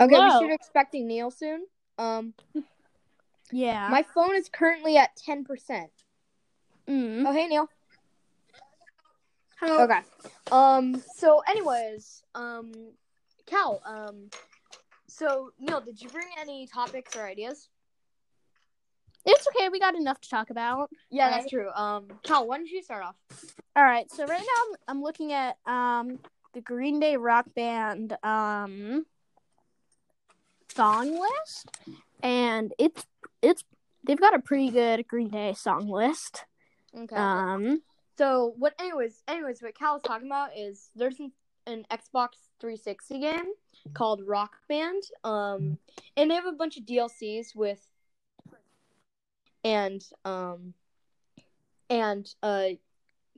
Okay, Whoa. we should expect Neil soon. Um, Yeah. my phone is currently at ten percent. mm. Oh, hey Neil. Hello. Okay. Um. So, anyways, um, Cal. Um. So, Neil, did you bring any topics or ideas? It's okay. We got enough to talk about. Yeah, that's that's true. Um, Cal, why don't you start off? All right. So right now I'm, I'm looking at um the Green Day rock band um song list, and it's it's they've got a pretty good Green Day song list. Okay. Um. So what? Anyways, anyways, what Cal was talking about is there's an, an Xbox 360 game called Rock Band, um, and they have a bunch of DLCs with, and um, and uh,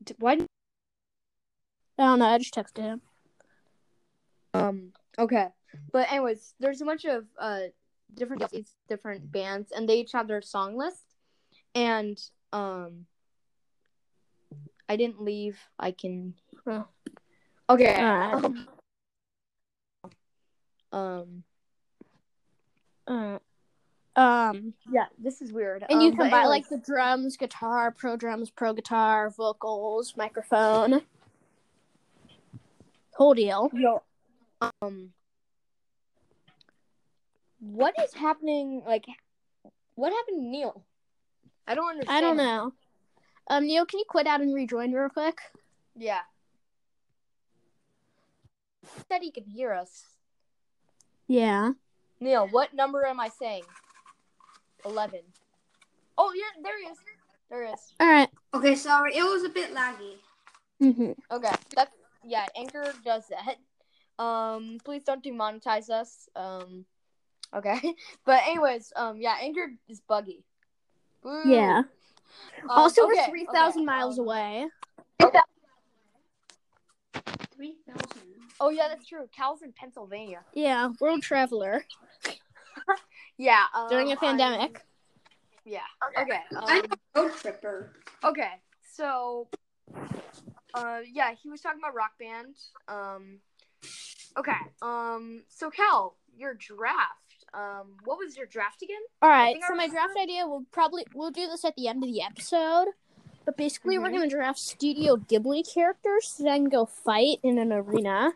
d- why? didn't- I don't know. I just texted him. Um, okay, but anyways, there's a bunch of uh different DLCs, different bands, and they each have their song list, and um, I didn't leave. I can. Oh. Okay. All right. Um. All right. Um. Yeah, this is weird. And you Um, can but buy like anyways- the drums, guitar, pro drums, pro guitar, vocals, microphone, whole deal. Yo, um, what is happening? Like, what happened to Neil? I don't understand. I don't know. Um, Neil, can you quit out and rejoin real quick? Yeah, He said he could hear us. Yeah. Neil, what number am I saying? Eleven. Oh, you're there. He is. There he is. All right. Okay, sorry, it was a bit laggy. Mm-hmm. Okay. That's yeah. Anchor does that. Um, please don't demonetize us. Um, okay. But anyways, um, yeah, Anchor is buggy. Boo. Um, Yeah. also, okay, we're three thousand okay, miles um, away. Three thousand. Oh yeah, that's true. Cal's in Pennsylvania. Yeah, world traveler Yeah, um, during a pandemic. I'm- yeah. Okay. Um, I'm a road tripper. okay. So, uh, yeah, he was talking about Rock Band. Um, okay. Um, so Cal, your draft. Um, what was your draft again? All right. think For our- my draft idea, we'll probably we'll do this at the end of the episode. But basically, we're Mhm. gonna draft Studio Ghibli characters, then go fight in an arena.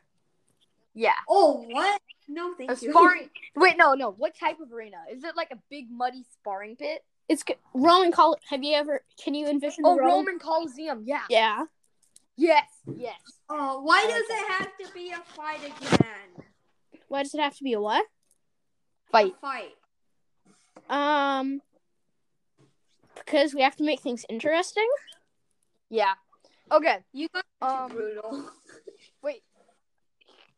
Yeah. Oh, what? No, thank A you. sparring. Wait, no, no. What type of arena? Is it like a big muddy sparring pit? It's c- Roman Col. Have you ever? Can you envision? Oh, the Roman Coliseum. Yeah. Yeah. Yes. Yes. Oh, why does it have to be a fight again? Why does it have to be a what? Fight. A fight. Um, because we have to make things interesting. Yeah. Okay. You guys are Um. too brutal. Wait.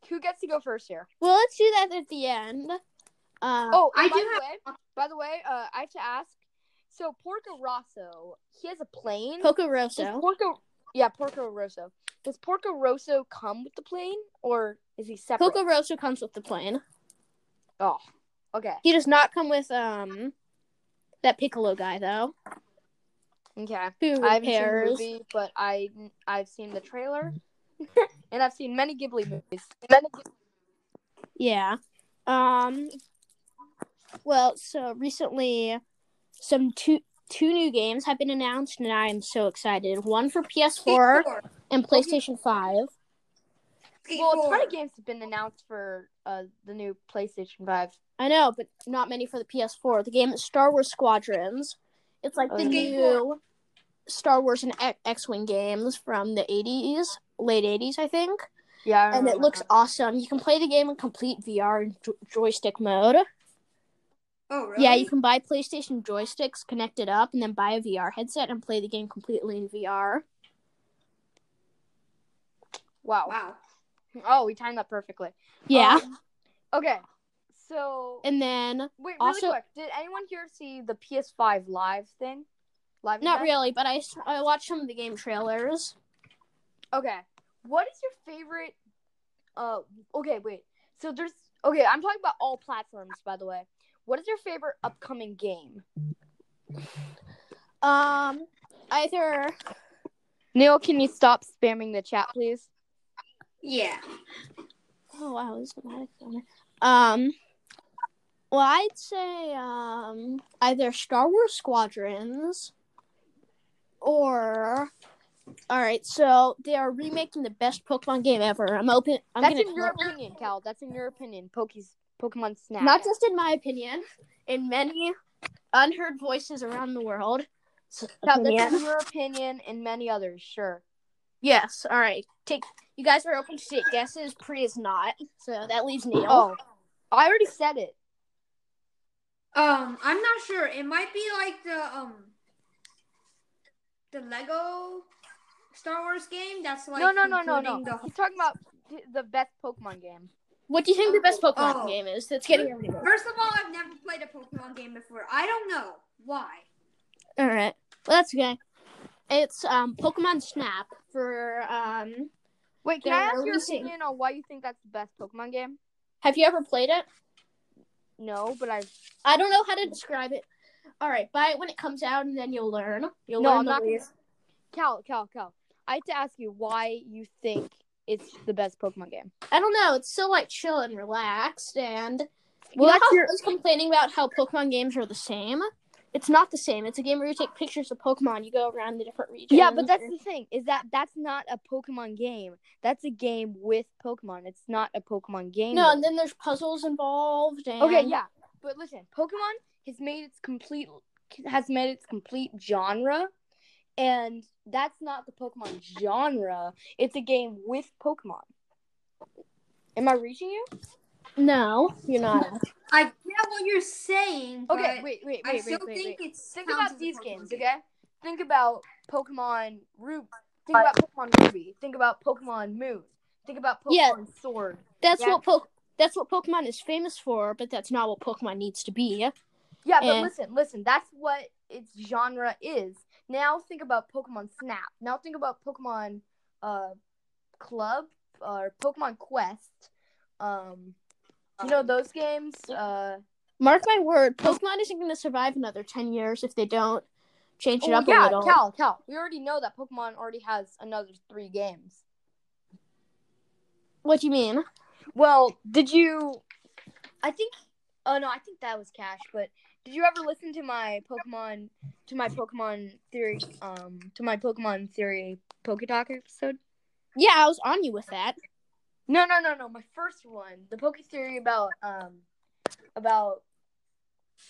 Who gets to go first here? Well, let's do that at the end. Uh, Oh, I and by do the have- Way, by the way, uh, I have to ask. So Porco Rosso, he has a plane. Poco Does Rosso. Porco, yeah, Porco Rosso. Does Porco Rosso come with the plane, or is he separate? Poco Rosso comes with the plane. Oh, okay, He does not come with um that Piccolo guy though, okay. who I haven't seen the repairs. movie, but I I've seen the trailer, and I've seen many Ghibli movies. Many Ghibli- Yeah. Um. Well, so recently, some two two new games have been announced, and I am so excited. One for PS4 Skateboard. and PlayStation 5. well, a ton of Skateboard. games have been announced for uh, the new PlayStation Five. I know, but not many for the PS4. The game is Star Wars Squadrons. It's like the Okay. new Star Wars and X Wing games from the 80s, late 80s, I think. Yeah, I And it remember looks that. awesome. You can play the game in complete VR and jo- joystick mode. Oh, really? Yeah, you can buy PlayStation joysticks, connect it up, and then buy a VR headset and play the game completely in VR. wow. Wow. Oh, we timed that perfectly. Yeah. Um, okay, so and then, Wait, really Also- quick. Did anyone here see the PS5 live thing? Live not event? really, but I, s- I watched some of the game trailers. Okay. What is your favorite uh okay, wait. So there's okay, I'm talking about all platforms by the way. What is your favorite upcoming game? Um, either Neil, can you stop spamming the chat please? Yeah. Oh wow, this is dramatic. Um, Well, I'd say um, either Star Wars Squadrons or. All right, so they are remaking the best Pokemon game ever. I'm open. I'm That's gonna- in your opinion, Cal. That's in your opinion. Pokey's Pokemon Snap. Not just in my opinion, in many unheard voices around the world. So- Cal, that's in your opinion and many others. Sure. Yes. All right. Take you guys are open to take guesses. Pre is not, so that leaves Neil. Oh, I already said it. Um, I'm not sure. It might be like the um the Lego Star Wars game that's like no, no, no, no, no. including He's talking about th- the best Pokemon game. What do you think the best Pokemon Oh. game is? That's getting everywhere. The... First of all, I've never played a Pokemon game before. I don't know why. All right. Well, that's okay. It's um Pokemon Snap for um. Wait, can They're I ask your releasing- opinion on why you think that's the best Pokemon game? Have you ever played it? No, but I. I don't know how to describe it. All right, buy it when it comes out, and then you'll learn. You'll No, learn I'm the not. Gonna... ways. Cal, Cal, Cal. I have to ask you why you think it's the best Pokemon game. I don't know. It's so like chill and relaxed, and you Well, know that's how your- I was complaining about how Pokemon games are the same. It's not the same. It's a game where you take pictures of Pokemon. You go around the different regions. Yeah, but that's the thing is that that's not a Pokemon game. That's a game with Pokemon. It's not a Pokemon game. no, and then there's puzzles involved. And... Okay, yeah, but listen, Pokemon has made its complete has made its complete genre, and that's not the Pokemon genre. It's a game with Pokemon. Am I reaching you? No, you're not. I get what you're saying. Okay, but wait, wait, I wait, still wait, wait, think wait. it's Think counts about as a these Pokemon games, game. okay? Think about Pokemon Ruby. Think about Pokemon Ruby. Think about Pokemon Moon. Think about Pokemon Yeah. Sword. That's Yeah. what po- That's what Pokemon is famous for, but that's not what Pokemon needs to be. Yeah, but And- listen, listen. That's what its genre is. Now think about Pokemon Snap. Now think about Pokemon uh, Club or Pokemon Quest. Um, you know those games. Uh, Mark my word, Pokemon isn't going to survive another ten years if they don't change it oh, up a yeah, little. Cal, Cal. We already know that Pokemon already has another three games. What do you mean? Well, did you? I think. Oh no, I think that was Cash. But did you ever listen to my Pokemon to my Pokemon theory um to my Pokemon theory Poketalk episode? Yeah, I was on you with that. No, no, no, no. My first one, the Poke theory about um about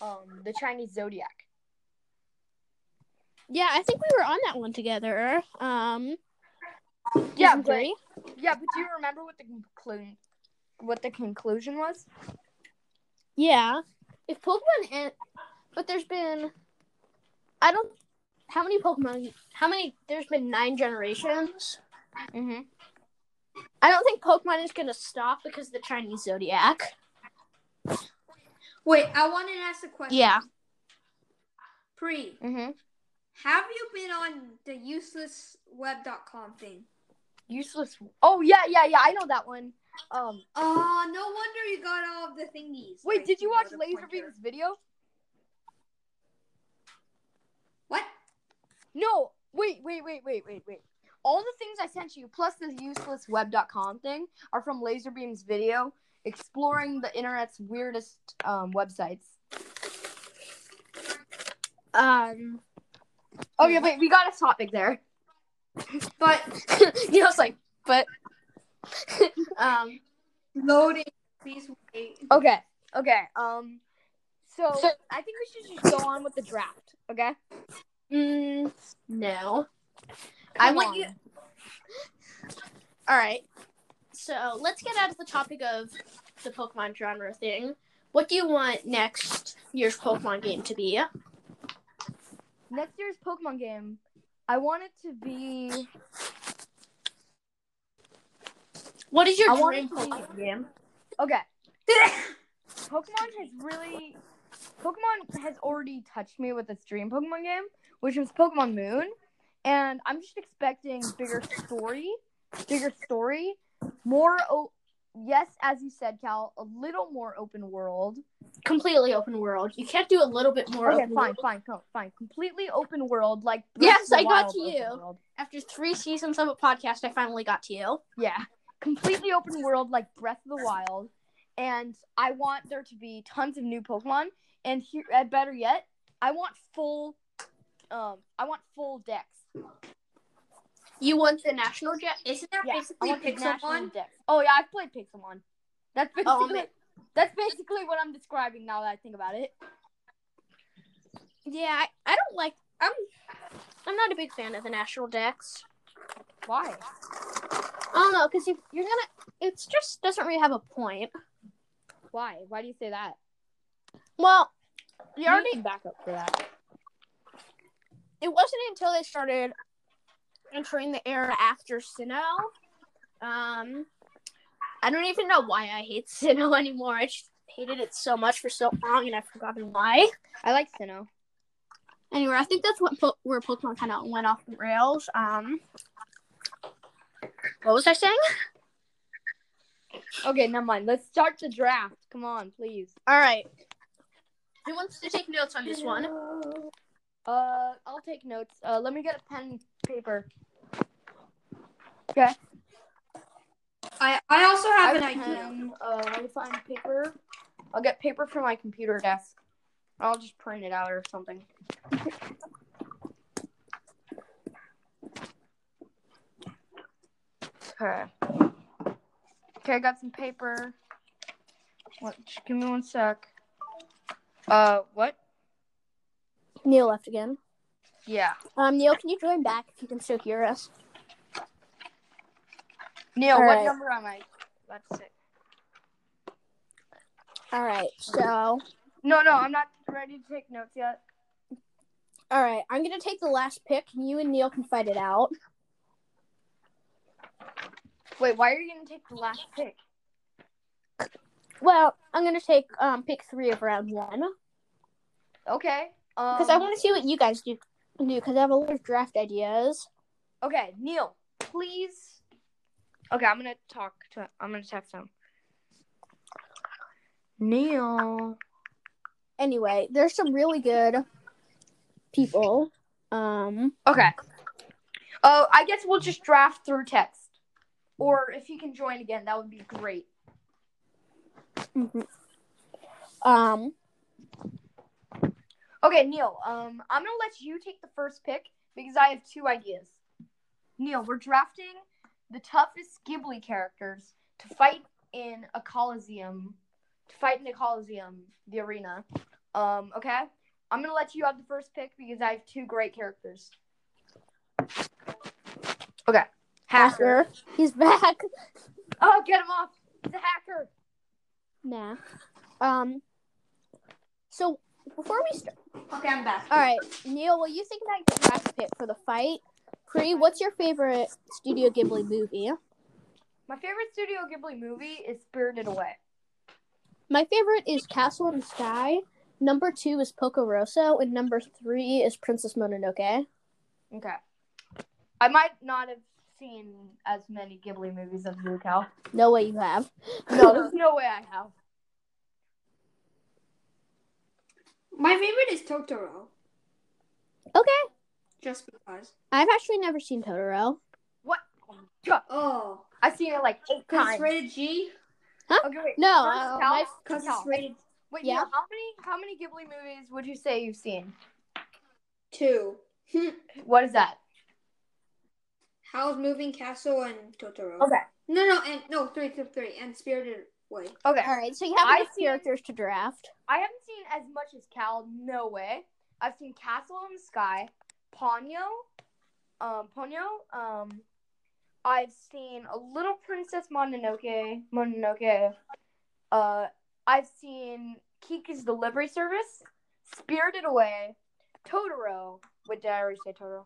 um the Chinese zodiac. Yeah, I think we were on that one together. Um, Yeah, season but- three. Yeah, but do you remember what the conclusion what the conclusion was? Yeah. If Pokemon and but there's been I don't how many Pokemon how many there's been nine generations. Mm-hmm. I don't think Pokemon is gonna stop because of the Chinese Zodiac. Wait, I wanted to ask a question. Yeah. Pre, Mm-hmm. have you been on the uselessweb.com thing? Useless. Oh yeah, yeah, yeah. I know that one. Um. Oh, no wonder you got all of the thingies. Wait, like, did you know, watch the pointer. Laserbeam's video? What? No. Wait, wait, wait, wait, wait, wait. All the things I sent you, plus the uselessweb.com thing, are from Laserbeam's video exploring the internet's weirdest um, websites. Um Oh yeah, wait, we got a topic there. But you know it's like but um loading. Please wait. Okay. Okay. Um so, I think we should just go on with the draft, okay? mm, no. I Come want on. you Alright. So let's get out of the topic of the Pokemon genre thing. What do you want next year's Pokemon game to be? next year's Pokemon game. I want it to be What is your I want dream it to be- Pokemon game? Okay. Pokemon has really Pokemon has already touched me with its dream Pokemon game, which was Pokemon Moon, and I'm just expecting bigger story, bigger story, more o- yes, as you said, Cal, a little more open world. Completely open world. You can't do a little bit more Okay, open fine, world. fine, co- fine. Completely open world, like Yes, Breath I of the got Wild to open you. world. After three seasons of a podcast, I finally got to you. Yeah, completely open world, like Breath of the Wild, and I want there to be tons of new Pokemon. And here, uh, better yet, I want full, um, I want full decks. You want the national jet? Isn't that Yeah, I basically want the national Pixelmon? decks. Oh yeah, I've played Pixelmon. That's basically Oh, man. that's basically what I'm describing now that I think about it. Yeah, I, I don't like. I'm I'm not a big fan of the national decks. Why? I don't know because you you're gonna. It's just doesn't really have a point. Why? Why do you say that? Well, You already back up for that. it wasn't until they started entering the era after Sinnoh. Um, I don't even know why I hate Sinnoh anymore. I just hated it so much for so long, and I've forgotten why. I like Sinnoh. Anyway, I think that's what po- where Pokemon kind of went off the rails. Um, what was I saying? Okay, never mind. Let's start the draft. Come on, please. All right. Who wants to take notes on this one? Uh, I'll take notes. Uh, let me get a pen and paper. I, I also have an I idea. can, Uh, let me find paper. I'll get paper from my computer desk. I'll just print it out or something. Okay. Okay, I got some paper. What? Just give me one sec. Uh, what? Neil left again. Yeah. Um, Neil, can you join back if you can still hear us? Neil, All what right. number am I? That's it. All right. So, all No, no, I'm not ready to take notes yet. right. I'm gonna take the last pick, and you and Neil can fight it out. Wait, why are you gonna take the last pick? Well, I'm gonna take um pick three of round one Okay. Um, because I want to see what you guys do do because I have a lot of draft ideas. Okay, Neil, please. Okay, I'm gonna talk to. I'm gonna text him. Neil. Anyway, there's some really good people. Um, Okay. Oh, I guess we'll just draft through text, or if you can join again, that would be great. mhm. um, Okay, Neil. Um, I'm gonna let you take the first pick because I have two ideas. Neil, we're drafting the toughest Ghibli characters to fight in a coliseum, to fight in a coliseum, the arena. Um, okay. I'm gonna let you have the first pick because I have two great characters. Okay. Hacker. Hacker, he's back. Oh, get him off. It's a hacker. Nah. Um. So before we start, Okay, I'm back. Uh, all right, Neil, will you think about your last pick for the fight? Pre, what's your favorite Studio Ghibli movie? My favorite Studio Ghibli movie is Spirited Away. My favorite is Castle in the Sky. Number two is Poco Rosso, and number three is Princess Mononoke. Okay. I might not have seen as many Ghibli movies as you, Cal. No way you have. No, there's no way I have. My favorite is Totoro, Okay, just because. I've actually never seen Totoro. What? God, Oh, I've seen it like eight because times. it's rated G. okay, wait. No, first, uh, Cal, my- Because Cal, it's rated wait, Yeah. Neil, how many how many Ghibli movies would you say you've seen? two. What is that? Howl's Moving Castle and Totoro. Okay. No, no, and no, three, three, three, and Spirited Away. Okay. All right, so you have I enough see- characters to draft. I haven't seen as much as Cal. No way. I've seen Castle in the Sky, Ponyo, um, Ponyo. Um, I've seen a Little Princess Mononoke. Mononoke. Uh, I've seen Kika's Delivery Service, Spirited Away, Totoro. What did I already say, Totoro?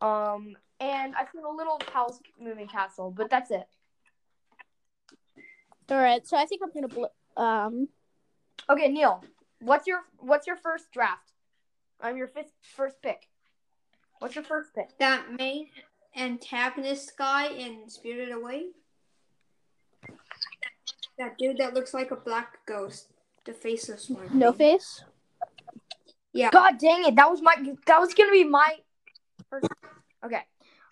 Um, and I've seen a little house moving castle, but that's it. All right, so I think I'm gonna bl- um. Okay, Neil, what's your what's your first draft? I'm your fifth, first pick. What's your first pick? That main antagonist guy in Spirited Away. That dude that looks like a black ghost, the faceless one. No face. Yeah. God dang it! That was my that was gonna be my first. Okay,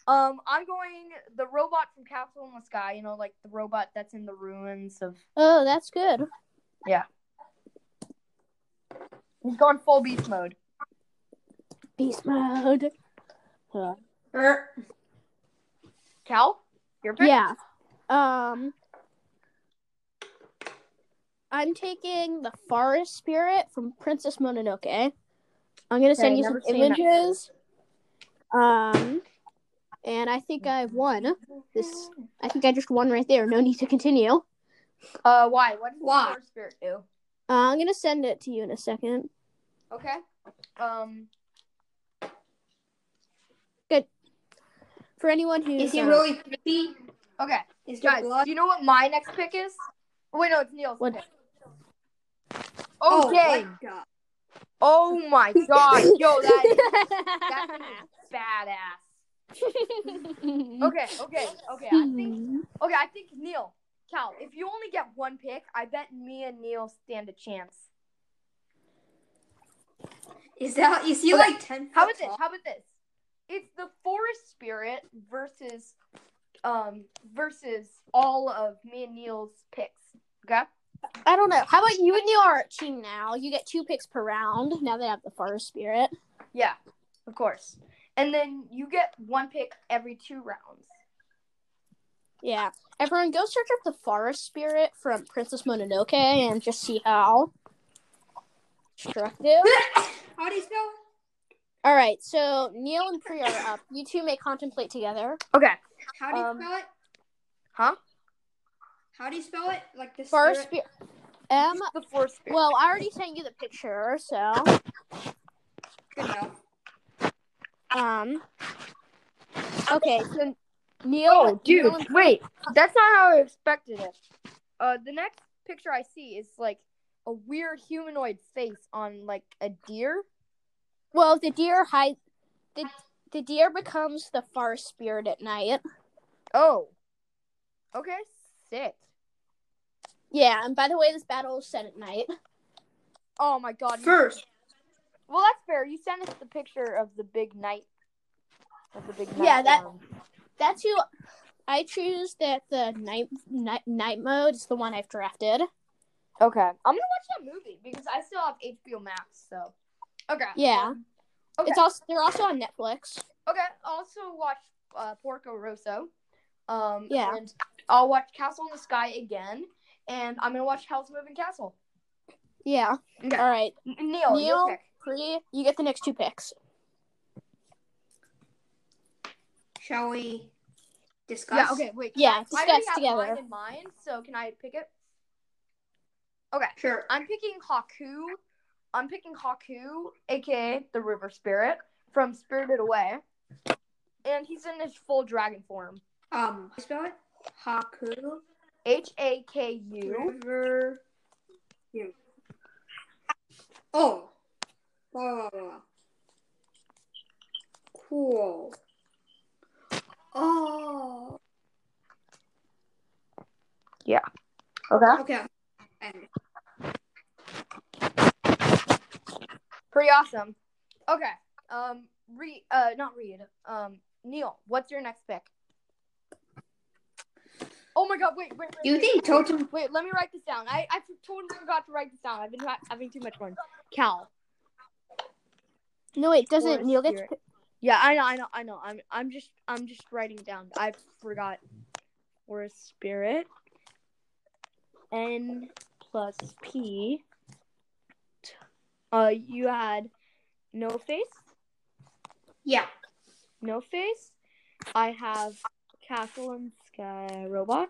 Um, I'm going the robot from Castle in the Sky. You know, like the robot that's in the ruins of. Oh, that's good. He's going full beast mode. Beast mode. Er, Cal, your pick. Yeah. Um I'm taking the forest spirit from Princess Mononoke. I'm gonna send Okay, you never some seen that. images. Um and I think I've won. This I think I just won right there. No need to continue. Uh, Uh, why? What does Why? the Forest spirit do? Uh, I'm gonna send it to you in a second. Okay. Um. For anyone who's is he uh, really creepy? Okay, Is there guys. blood? Do you know what my next pick is? Oh, wait, no, it's Neil's What? pick. Oh Okay. my god. Oh my, god, yo, that is, that thing is badass. Okay, okay, okay. I think. Okay, I think Neil, Cal. If you only get one pick, I bet me and Neil stand a chance. Is that is he Okay. like ten? How foot about this? tall? How about this? It's the forest spirit versus um versus all of me and Neil's picks. Okay? I don't know. How about you and Neil are a team now? You get two picks per round. Now they have the forest spirit. Yeah, of course. And then you get one pick every two rounds. Yeah. Everyone go search up the forest spirit from Princess Mononoke and just see how destructive. How do you spell? it? All right, so Neil and Priya are up. You two may contemplate together. Okay. How do you Um, spell it? Huh? How do you spell it? Like this. Forest spirit. M. The forest Um, spirit. Well, I already sent you the picture, so Good enough. um. Okay, so Neil. oh, dude, Neil and- wait. That's not how I expected it. Uh the next picture I see is like a weird humanoid face on like a deer. well, the deer hide. The the deer becomes the forest spirit at night. Oh. Okay, sick. Yeah, and by the way, this battle is set at night. Oh my god. you First. Well, that's fair. You sent us the picture of the big knight. Of the big um, knight. Yeah, that- one. That's who I choose. That the night night night mode is the one I've drafted. Okay, I'm gonna watch that movie because I still have HBO Max. So. Okay. Yeah. um, Okay. It's also they're also on Netflix. okay. Also watch uh, Porco Rosso. Um. Yeah. And I'll watch Castle in the Sky again, and I'm gonna watch Hell's Moving Castle. Yeah. Okay. All right, N- Neil, Neil, Neil? your pick. Pri, you get the next two picks. Shall we discuss? Yeah. Okay. Wait. can Yeah, I- I discuss already have together. Mine in mind. So can I pick it? Sure. I'm picking Haku. I'm picking Haku, aka the River Spirit from Spirited Away, and he's in his full dragon form. Um, how do you spell it. Haku H A K U. River. You. Oh. Blah, blah, blah. Cool. Oh. Okay. Okay. And Pretty awesome. Okay. Um. Read. Uh. Not read. Um. Neil, what's your next pick? Oh my God! Wait. Wait. Wait. you wait. think totem? Wait, let me write this down. I, I totally forgot to write this down. I've been ha- having too much fun. Cal. No, wait, doesn't Forest Neil get? spirit. Yeah, I know, I know, I know. I'm I'm just I'm just writing it down. I forgot. Forest spirit. N plus P. Uh, you had no face, Yeah. no face. I have castle and sky robot.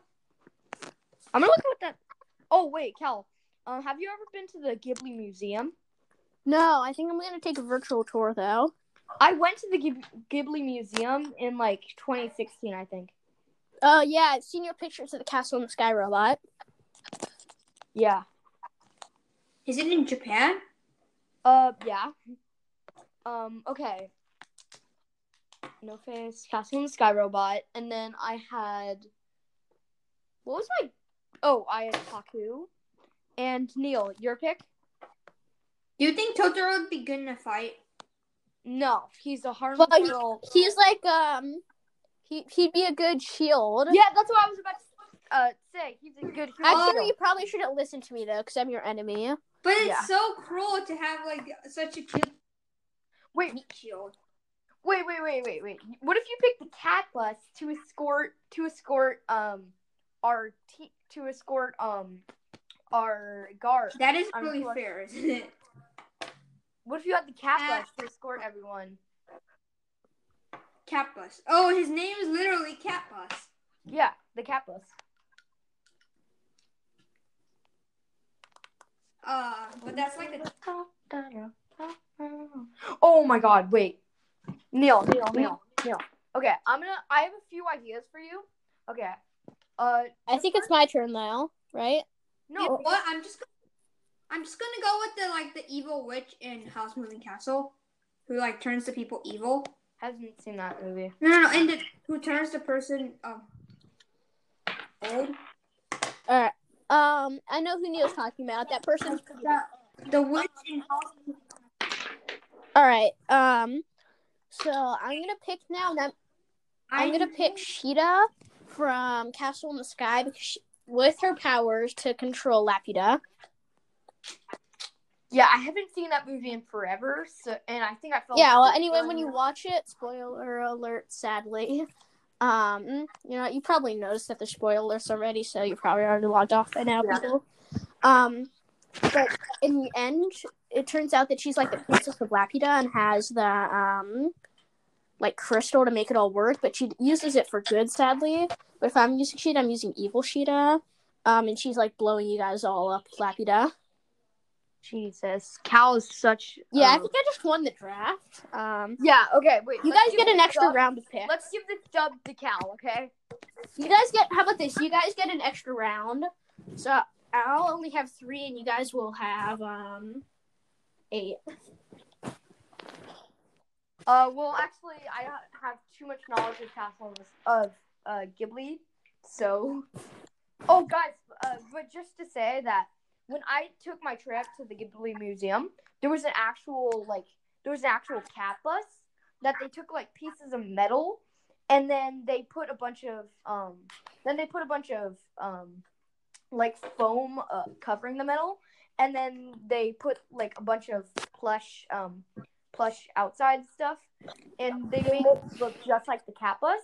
I'm gonna look at what that. Oh wait, Cal. Um, have you ever been to the Ghibli Museum? No, I think I'm gonna take a virtual tour though. I went to the Ghib- Ghibli Museum in like 2016, I think. Oh yeah, I've seen your pictures of the castle in the sky robot. Yeah. Is it in Japan? Uh, yeah. Um, okay. No face, Castle in the Sky Robot, and then I had. What was my? Oh, I had Haku, and Neil. Your pick? Do you think Totoro would be good in a fight? No, he's a harmless Well, little. He's like um, He he'd be a good shield. Yeah, that's what I was about to uh, say. He's a good. Actually, hero. you probably shouldn't listen to me though, because I'm your enemy. But it's Yeah. so cruel to have like such a cute wait, meat shield. wait, wait, wait, wait, wait. What if you pick the cat bus to escort to escort um our te- to escort um our guard? That is I'm really sure. fair, isn't it? What if you had the cat Cat. bus to escort everyone? Cat bus. Oh, his name is literally Cat bus. Yeah, the cat bus. Uh, but that's like a Oh my god, wait. Neil, Neil, Neil, Neil. Okay, I'm gonna I have a few ideas for you. Okay. Uh I think it's my turn now, right? You know no uh, what? I'm just I'm just gonna go with the like the evil witch in House Moving Castle, who like turns the people evil. hasn't seen that movie. No, no, no, and the, who turns the person um old. Um, I know who Neil's talking about. That person's The, the witch in House. Moving- all right. Um, so I'm gonna pick now, and I'm, I'm gonna pick Sheeta from Castle in the Sky because she, with her powers to control Laputa. Yeah, I haven't seen that movie in forever, so and I think I felt Yeah. Well, anyway, when you watch it, spoiler alert. Sadly, um, you know you probably noticed that there's spoilers already, so you probably already logged off by now, Yeah. people. Um, but in the end, it turns out that she's like the princess of Laputa and has the um, like crystal to make it all work, but she uses it for good, sadly. But if I'm using Sheeta, I'm using evil Sheeta. Um, and she's like blowing you guys all up, Laputa. Jesus. Cal is such Yeah, I um, think I just won the draft. Um, Yeah, okay, wait. you let's guys give get an the extra dub- round of picks. Let's give the dub to Cal, okay? You guys get how about this? You guys get an extra round. So I'll only have three and you guys will have um eight. Uh, well, actually, I don't have too much knowledge of Castle of, of uh, Ghibli, so. Oh, guys, uh, but just to say that when I took my trip to the Ghibli Museum, there was an actual like there was an actual cat bus that they took like pieces of metal, and then they put a bunch of um then they put a bunch of um like foam uh, covering the metal, and then they put like a bunch of plush um plush outside stuff, and they made it look just like the cat bus.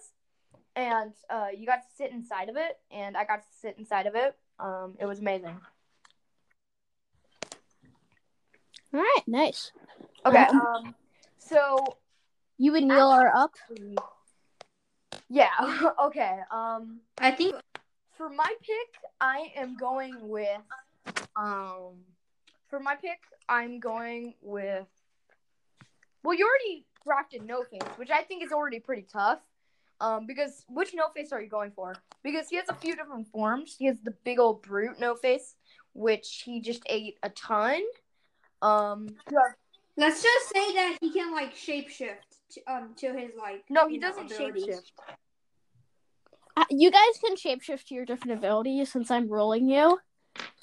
And uh, you got to sit inside of it, and I got to sit inside of it. Um, it was amazing. Alright, nice. Okay. Um, so You and Neil are up. yeah. okay. Um, I think for my pick, I am going with um, for my pick, I'm going with. Well, you already drafted No Face, which I think is already pretty tough. Um, because which No Face are you going for? Because he has a few different forms. He has the big old brute No Face, which he just ate a ton. Um, let's just say that he can like shapeshift to, um to his like. no, he you know, doesn't abilities. shapeshift. Uh, you guys can shapeshift to your different abilities since I'm rolling you.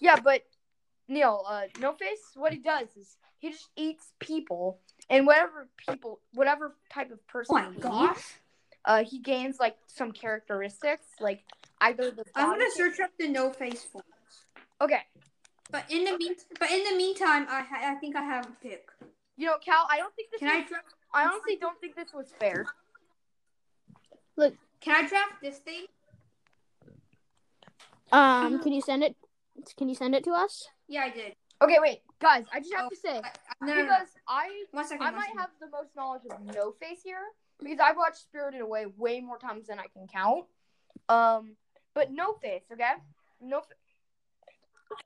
Yeah, but Neil, uh, No Face, what he does is he just eats people, and whatever people, whatever type of Oh person my he gosh! eats, uh, he gains like some characteristics, like either the. I'm body- gonna search up the no face forms. Okay, But in the mean, but in the meantime, I ha- I think I have a pick. you know, Cal, I don't think this. Can was, I dra- I honestly don't think this was fair. can I draft this thing? Um can you send it can you send it to us? Yeah, I did. Okay, wait, guys, I just have to say I, I, no, no, no. because I One second. I one might second. have the most knowledge of No Face here because I've watched Spirited Away way more times than I can count. Um, but No Face, okay? No. Fa-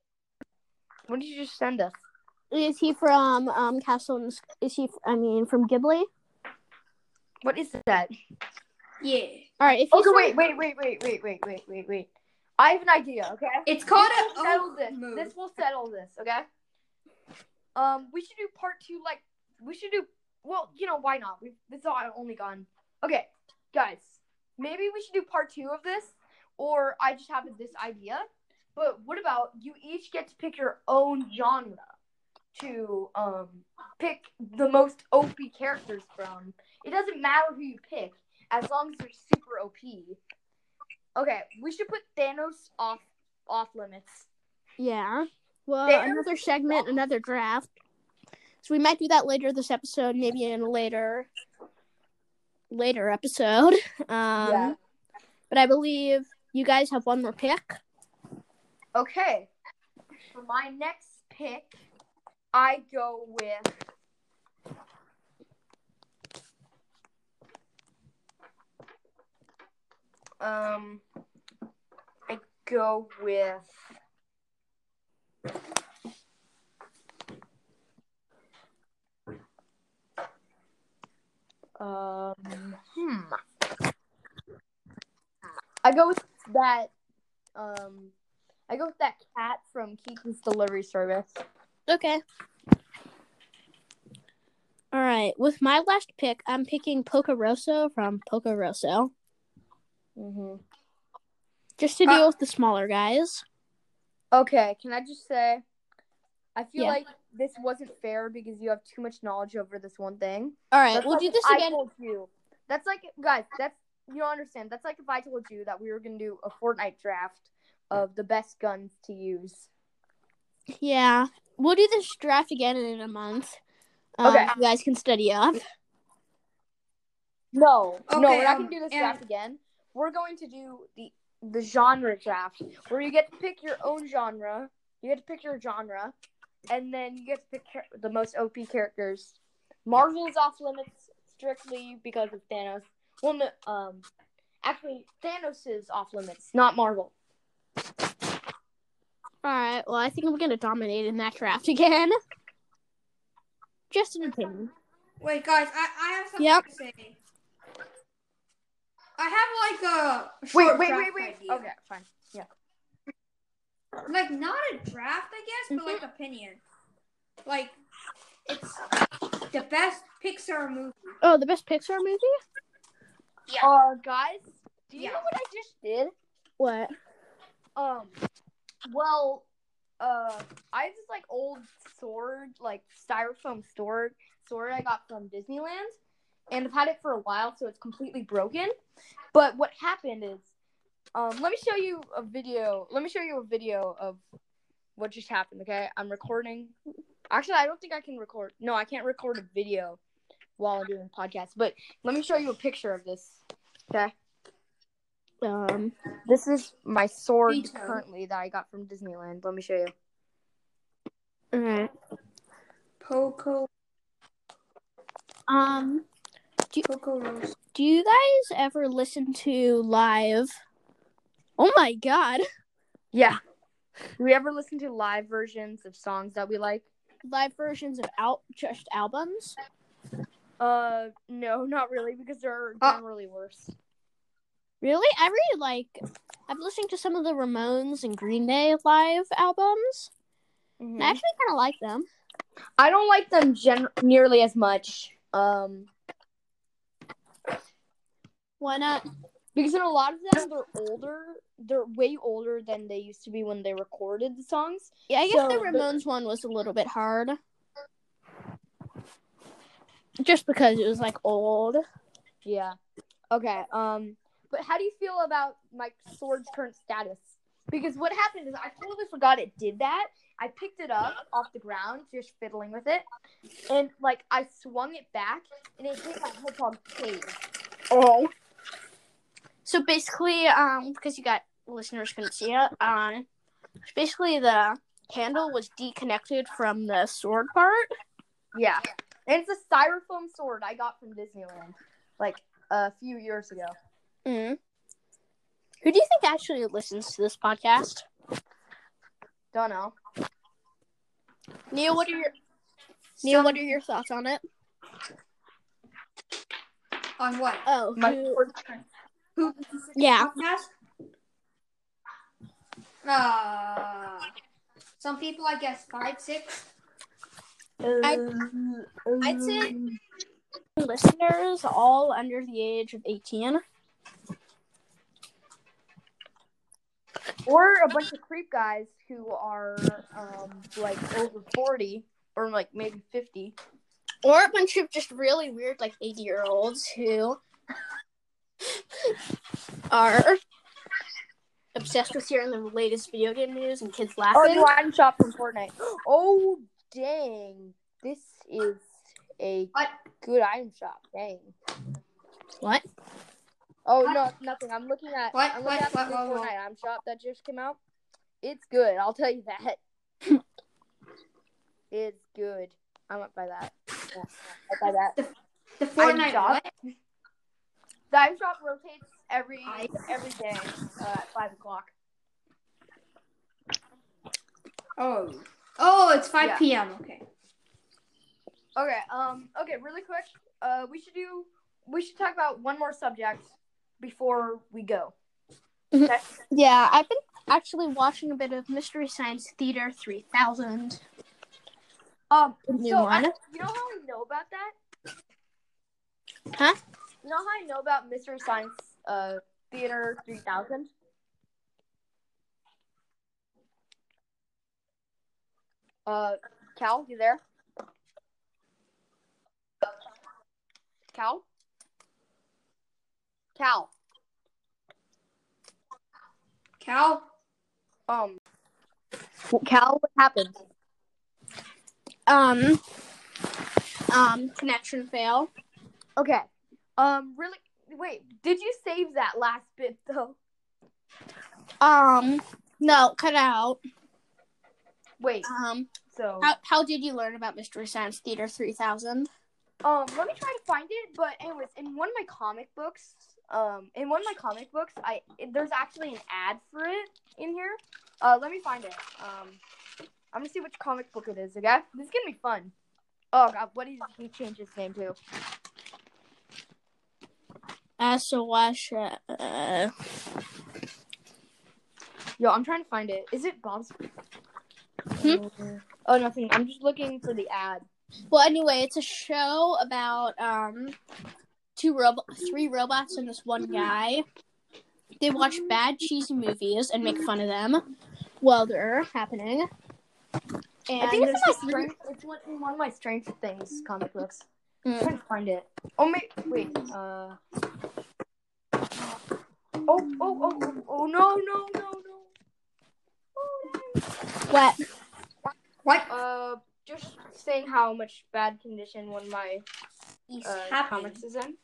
What did you just send us? Is he from um Castle in the Sk- is he I mean from Ghibli? What is that? Yeah, Alright, if he's Okay, from- Oh, wait, wait, wait, wait, wait, wait, wait, wait, wait. I have an idea. Okay. it's called This will a settle oh, this. move. This will settle this. Okay. Um, we should do part two. Like, we should do. Well, you know why not? We this is all- only gone. Okay, guys. Maybe we should do part two of this, or I just have this idea. But what about you each get to pick your own genre to um pick the most OP characters from. It doesn't matter who you pick. as long as they're super OP. Okay, we should put Thanos off off limits. Yeah. Well, There- another segment, another draft. So we might do that later this episode, maybe in a later later episode. Um Yeah. but I believe you guys have one more pick. Okay. For my next pick, I go with um I go with um hmm I go with that um I go with that cat from Keaton's Delivery Service. Okay. All right. With my last pick, I'm picking Pocoroso from Pocoroso. Mm-hmm. Just to deal with the smaller guys. Okay, can I just say, I feel Yeah. like this wasn't fair because you have too much knowledge over this one thing. All right, That's we'll like do if this I again. told you. That's like, guys, that's you don't understand. That's like if I told you that we were gonna do a Fortnite draft of the best guns to use. Yeah. We'll do this draft again in a month. Um, Okay. You guys can study up. No, no, Okay, we're not um, gonna do this and- draft again. We're going to do the the genre draft where you get to pick your own genre. You get to pick your genre, and then you get to pick char- the most OP characters. Marvel is off limits strictly because of Thanos. Well, no, um, actually, Thanos is off limits, not Marvel. All right. Well, I think we're going to dominate in that draft again. Just an opinion. Wait, guys, I, I have something Yep. to say. I have like a Wait, short wait, draft wait, wait. idea. Okay, fine. Like not a draft, I guess, but Mhm. like opinion. Like it's the best Pixar movie. Oh, the best Pixar movie? Yeah. Uh, guys, do you Yeah. know what I just did? What? Um, well, uh, I have this like old sword, like styrofoam sword, sword I got from Disneyland, and I've had it for a while, so it's completely broken. But what happened is, um, let me show you a video. Let me show you a video of what just happened. Okay, I'm recording. Actually, I don't think I can record. No, I can't record a video while I'm doing podcasts. But let me show you a picture of this. Um, This is my sword Veto. currently that I got from Disneyland. Let me show you. all right. Poco Um, Poco Rose. do you guys ever listen to live? Oh my god. Yeah. Do we ever listen to live versions of songs that we like? Live versions of out just albums? Uh, no, not really, because they're Uh, generally worse. Really? I really like I've listened to some of the Ramones and Green Day live albums. Mm-hmm. and I actually kind of like them. I don't like them gen- nearly as much. Um, Why not? because in a lot of them, they're older. They're way older than they used to be when they recorded the songs. Yeah, I guess So, the the- Ramones one was a little bit hard. Just because it was like old. Yeah. Okay. Um. But how do you feel about my sword's current status? Because what happened is I totally forgot it did that. I picked it up off the ground, just fiddling with it, and like I swung it back, and it hit my hedgehog cage. Oh. So basically, um, because you got listeners couldn't see it, um, basically the handle was deconnected from the sword part. Yeah. And it's a styrofoam sword I got from Disneyland, like a few years ago. Mm. Who do you think actually listens to this podcast? Don't know. Neil, what are your Neil, what are your thoughts on it? On what? Oh, My who- sword- Who yeah. podcast? Uh, some people, I guess, five, six. I'd say listeners all under the age of eighteen. or a bunch of creep guys who are um like over forty or like maybe fifty. or a bunch of just really weird like 80 year olds who are obsessed with hearing the latest video game news and kids laughing. Oh, you item shop from Fortnite. Oh, dang. This is a What? good item shop. Dang. What? Oh, What? no, nothing. I'm looking at, What? I'm What? looking at What? the What? new What? Fortnite item shop that just came out. It's good. I'll tell you that. it's good. I might buy that. Yeah, I might buy that. The Fortnite done. what? The item shop rotates every I- every day uh, at five o'clock. Oh. Oh, it's 5 Yeah. p.m. Okay. Okay. Um. Okay. Really quick. Uh. We should do. We should talk about one more subject before we go. Mhm. Yeah, I've been actually watching a bit of Mystery Science Theater three thousand. Um, New so I, one? you know how I know about that? Huh? You know how I know about Mystery Science uh, Theater 3000? Uh, Cal, you there? Cal? Cal, Cal? um, Cal, what happened? Um. Um. Connection fail. Okay, um, really, wait, did you save that last bit though? Um. No. Cut out. Wait, Um. so. How How did you learn about Mystery Science Theater three thousand? Um, let me try to find it. But anyways, in one of my comic books, um, in one of my comic books, I there's actually an ad for it in here. Uh, let me find it. Um, I'm gonna see which comic book it is. Okay, this is gonna be fun. Oh God, what did he change his name to? Uh. So why should? Uh, Yo, I'm trying to find it. Is it Bob's? Oh, nothing. I'm just looking for the ad. Well, anyway, it's a show about um two rob three robots and this one guy. They watch bad cheesy movies and make fun of them while they're happening. And I there's think it's in my this really- strength. Hmm. It's one, in one of my Strange Things comic books. I'm Mm. trying to find it. Oh ma- wait. Uh. Oh oh oh oh, oh no no no no. what What Uh, just saying how much bad condition one of my is uh, happening? comics is in.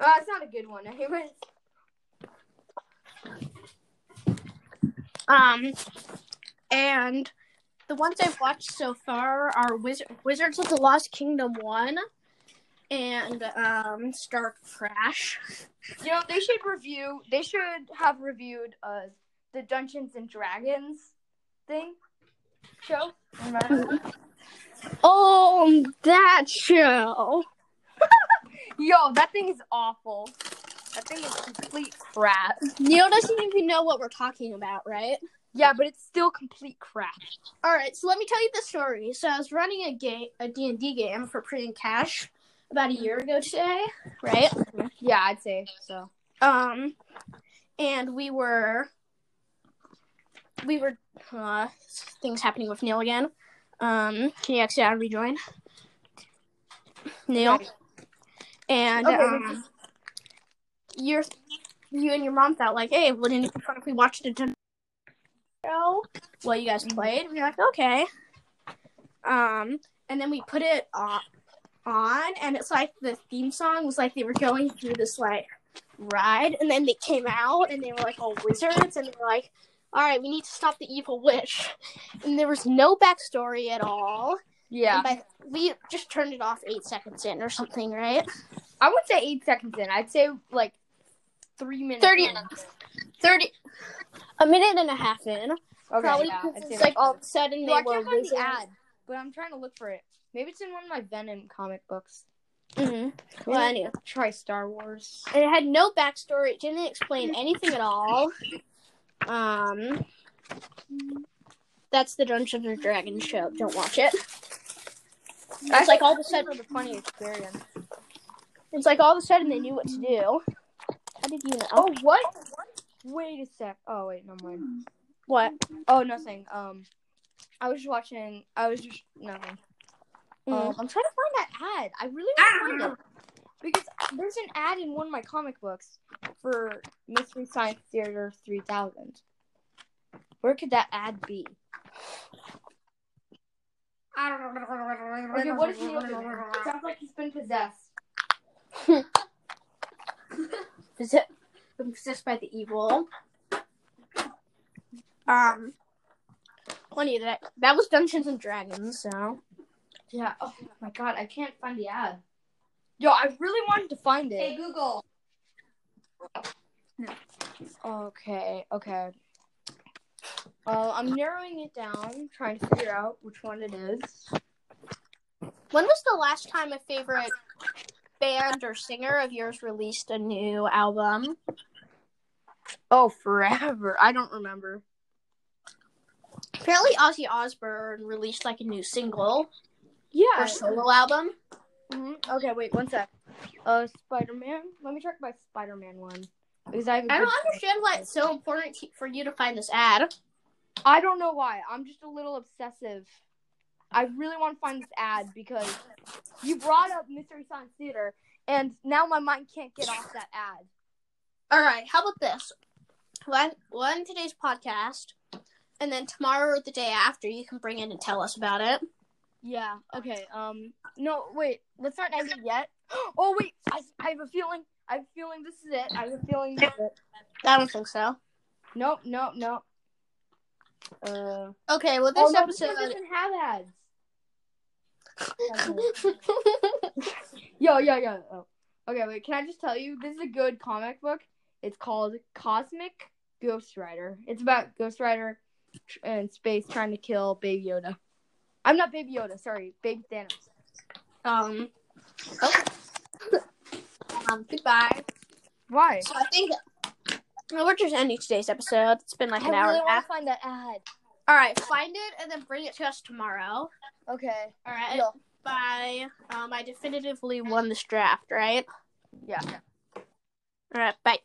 Uh, it's not a good one. Anyways. um and the ones I've watched so far are Wizard- Wizards of the Lost Kingdom one and um Star Crash. You know they should review. They should have reviewed uh the Dungeons and Dragons thing show. Remember? Oh, that show. Yo, that thing is awful. That thing is complete crap. Neil doesn't even know what we're talking about, right? Yeah, but it's still complete crap. All right, so let me tell you the story. So I was running a game, a D and D game for Pretty and Cash about a year ago today, right? Yeah, I'd say so. Um, and we were, we were uh, things happening with Neil again. Um, can you exit out and rejoin? Neil and Okay, um, your, you and your mom thought like, hey, wouldn't it be fun if we watched a dinner show while you guys played? We were like, okay. Um, and then we put it on, on, and it's like the theme song was like they were going through this like ride, and then they came out and they were like all wizards, and they were like, all right, we need to stop the evil witch, and there was no backstory at all. Yeah, And by- we just turned it off eight seconds in or something, right? I would say eight seconds in. I'd say like three minutes. 30 in. minutes. 30 a minute and a half in Okay, probably yeah, I'd because say it's that. like all of a sudden Yo, they I were can't find the ad, wizards. but I'm trying to look for it. Maybe it's in one of my Venom comic books. Mhm. well Yeah. anyway Try Star Wars. and it had no backstory it didn't explain anything at all um that's the Dungeons and Dragons show don't watch it it's like all of a sudden a funny experience. it's like all of a sudden they knew what to do how did you know Oh what? Wait a sec. Oh wait, no mind. what Oh nothing. Um, I was just watching. I was just nothing. Mm. Um, I'm trying to find that ad. I really Ah! want to find it because there's an ad in one of my comic books for Mystery Science Theater 3000. Where could that ad be? I don't know. Okay, what is Neil doing? It sounds like he's been possessed. Possessed, possessed by the evil. Um, Funny that that was Dungeons and Dragons. So Yeah. Oh my god, I can't find the ad. Yo, I really wanted to find hey it. Google. Okay, okay. Uh, I'm narrowing it down, trying to figure out which one it is. when was the last time a favorite band or singer of yours released a new album? Oh, forever. I don't remember. Apparently, Ozzy Osbourne released like a new single Yeah. or solo album. Mhm. Okay, wait, one sec. Uh, Spider Man. Let me check my Spider Man one because I. have a I don't good- understand why it's so important to, for you to find this ad. I don't know why. I'm just a little obsessive. I really want to find this ad because you brought up Mystery Science Theater, and now my mind can't get off that ad. All right, how about this? One, one today's podcast, and then tomorrow or the day after, you can bring in and tell us about it. Yeah. Okay. Um. No. Wait. Let's not end it yet. Oh wait. I, I have a feeling. I have a feeling this is it. I have a feeling this is it. I don't think so. Nope. Nope. Nope. Uh. Okay, well, oh, this no, episode. this one doesn't have ads. Yo, yo, yo. Oh. Okay, wait. Can I just tell you? This is a good comic book. It's called Cosmic Ghost Rider. It's about Ghost Rider tr- in space trying to kill Baby Yoda. I'm not Baby Yoda. Sorry, Baby Thanos. um, okay. um, goodbye. Why? So I think well, we're just ending today's episode. It's been like I an hour really and a want half. to find that ad. All right, find it and then bring it to us tomorrow. Okay. All right. uh, Yeah. Bye. Um, I definitively won this draft, right? Yeah. All right, bye.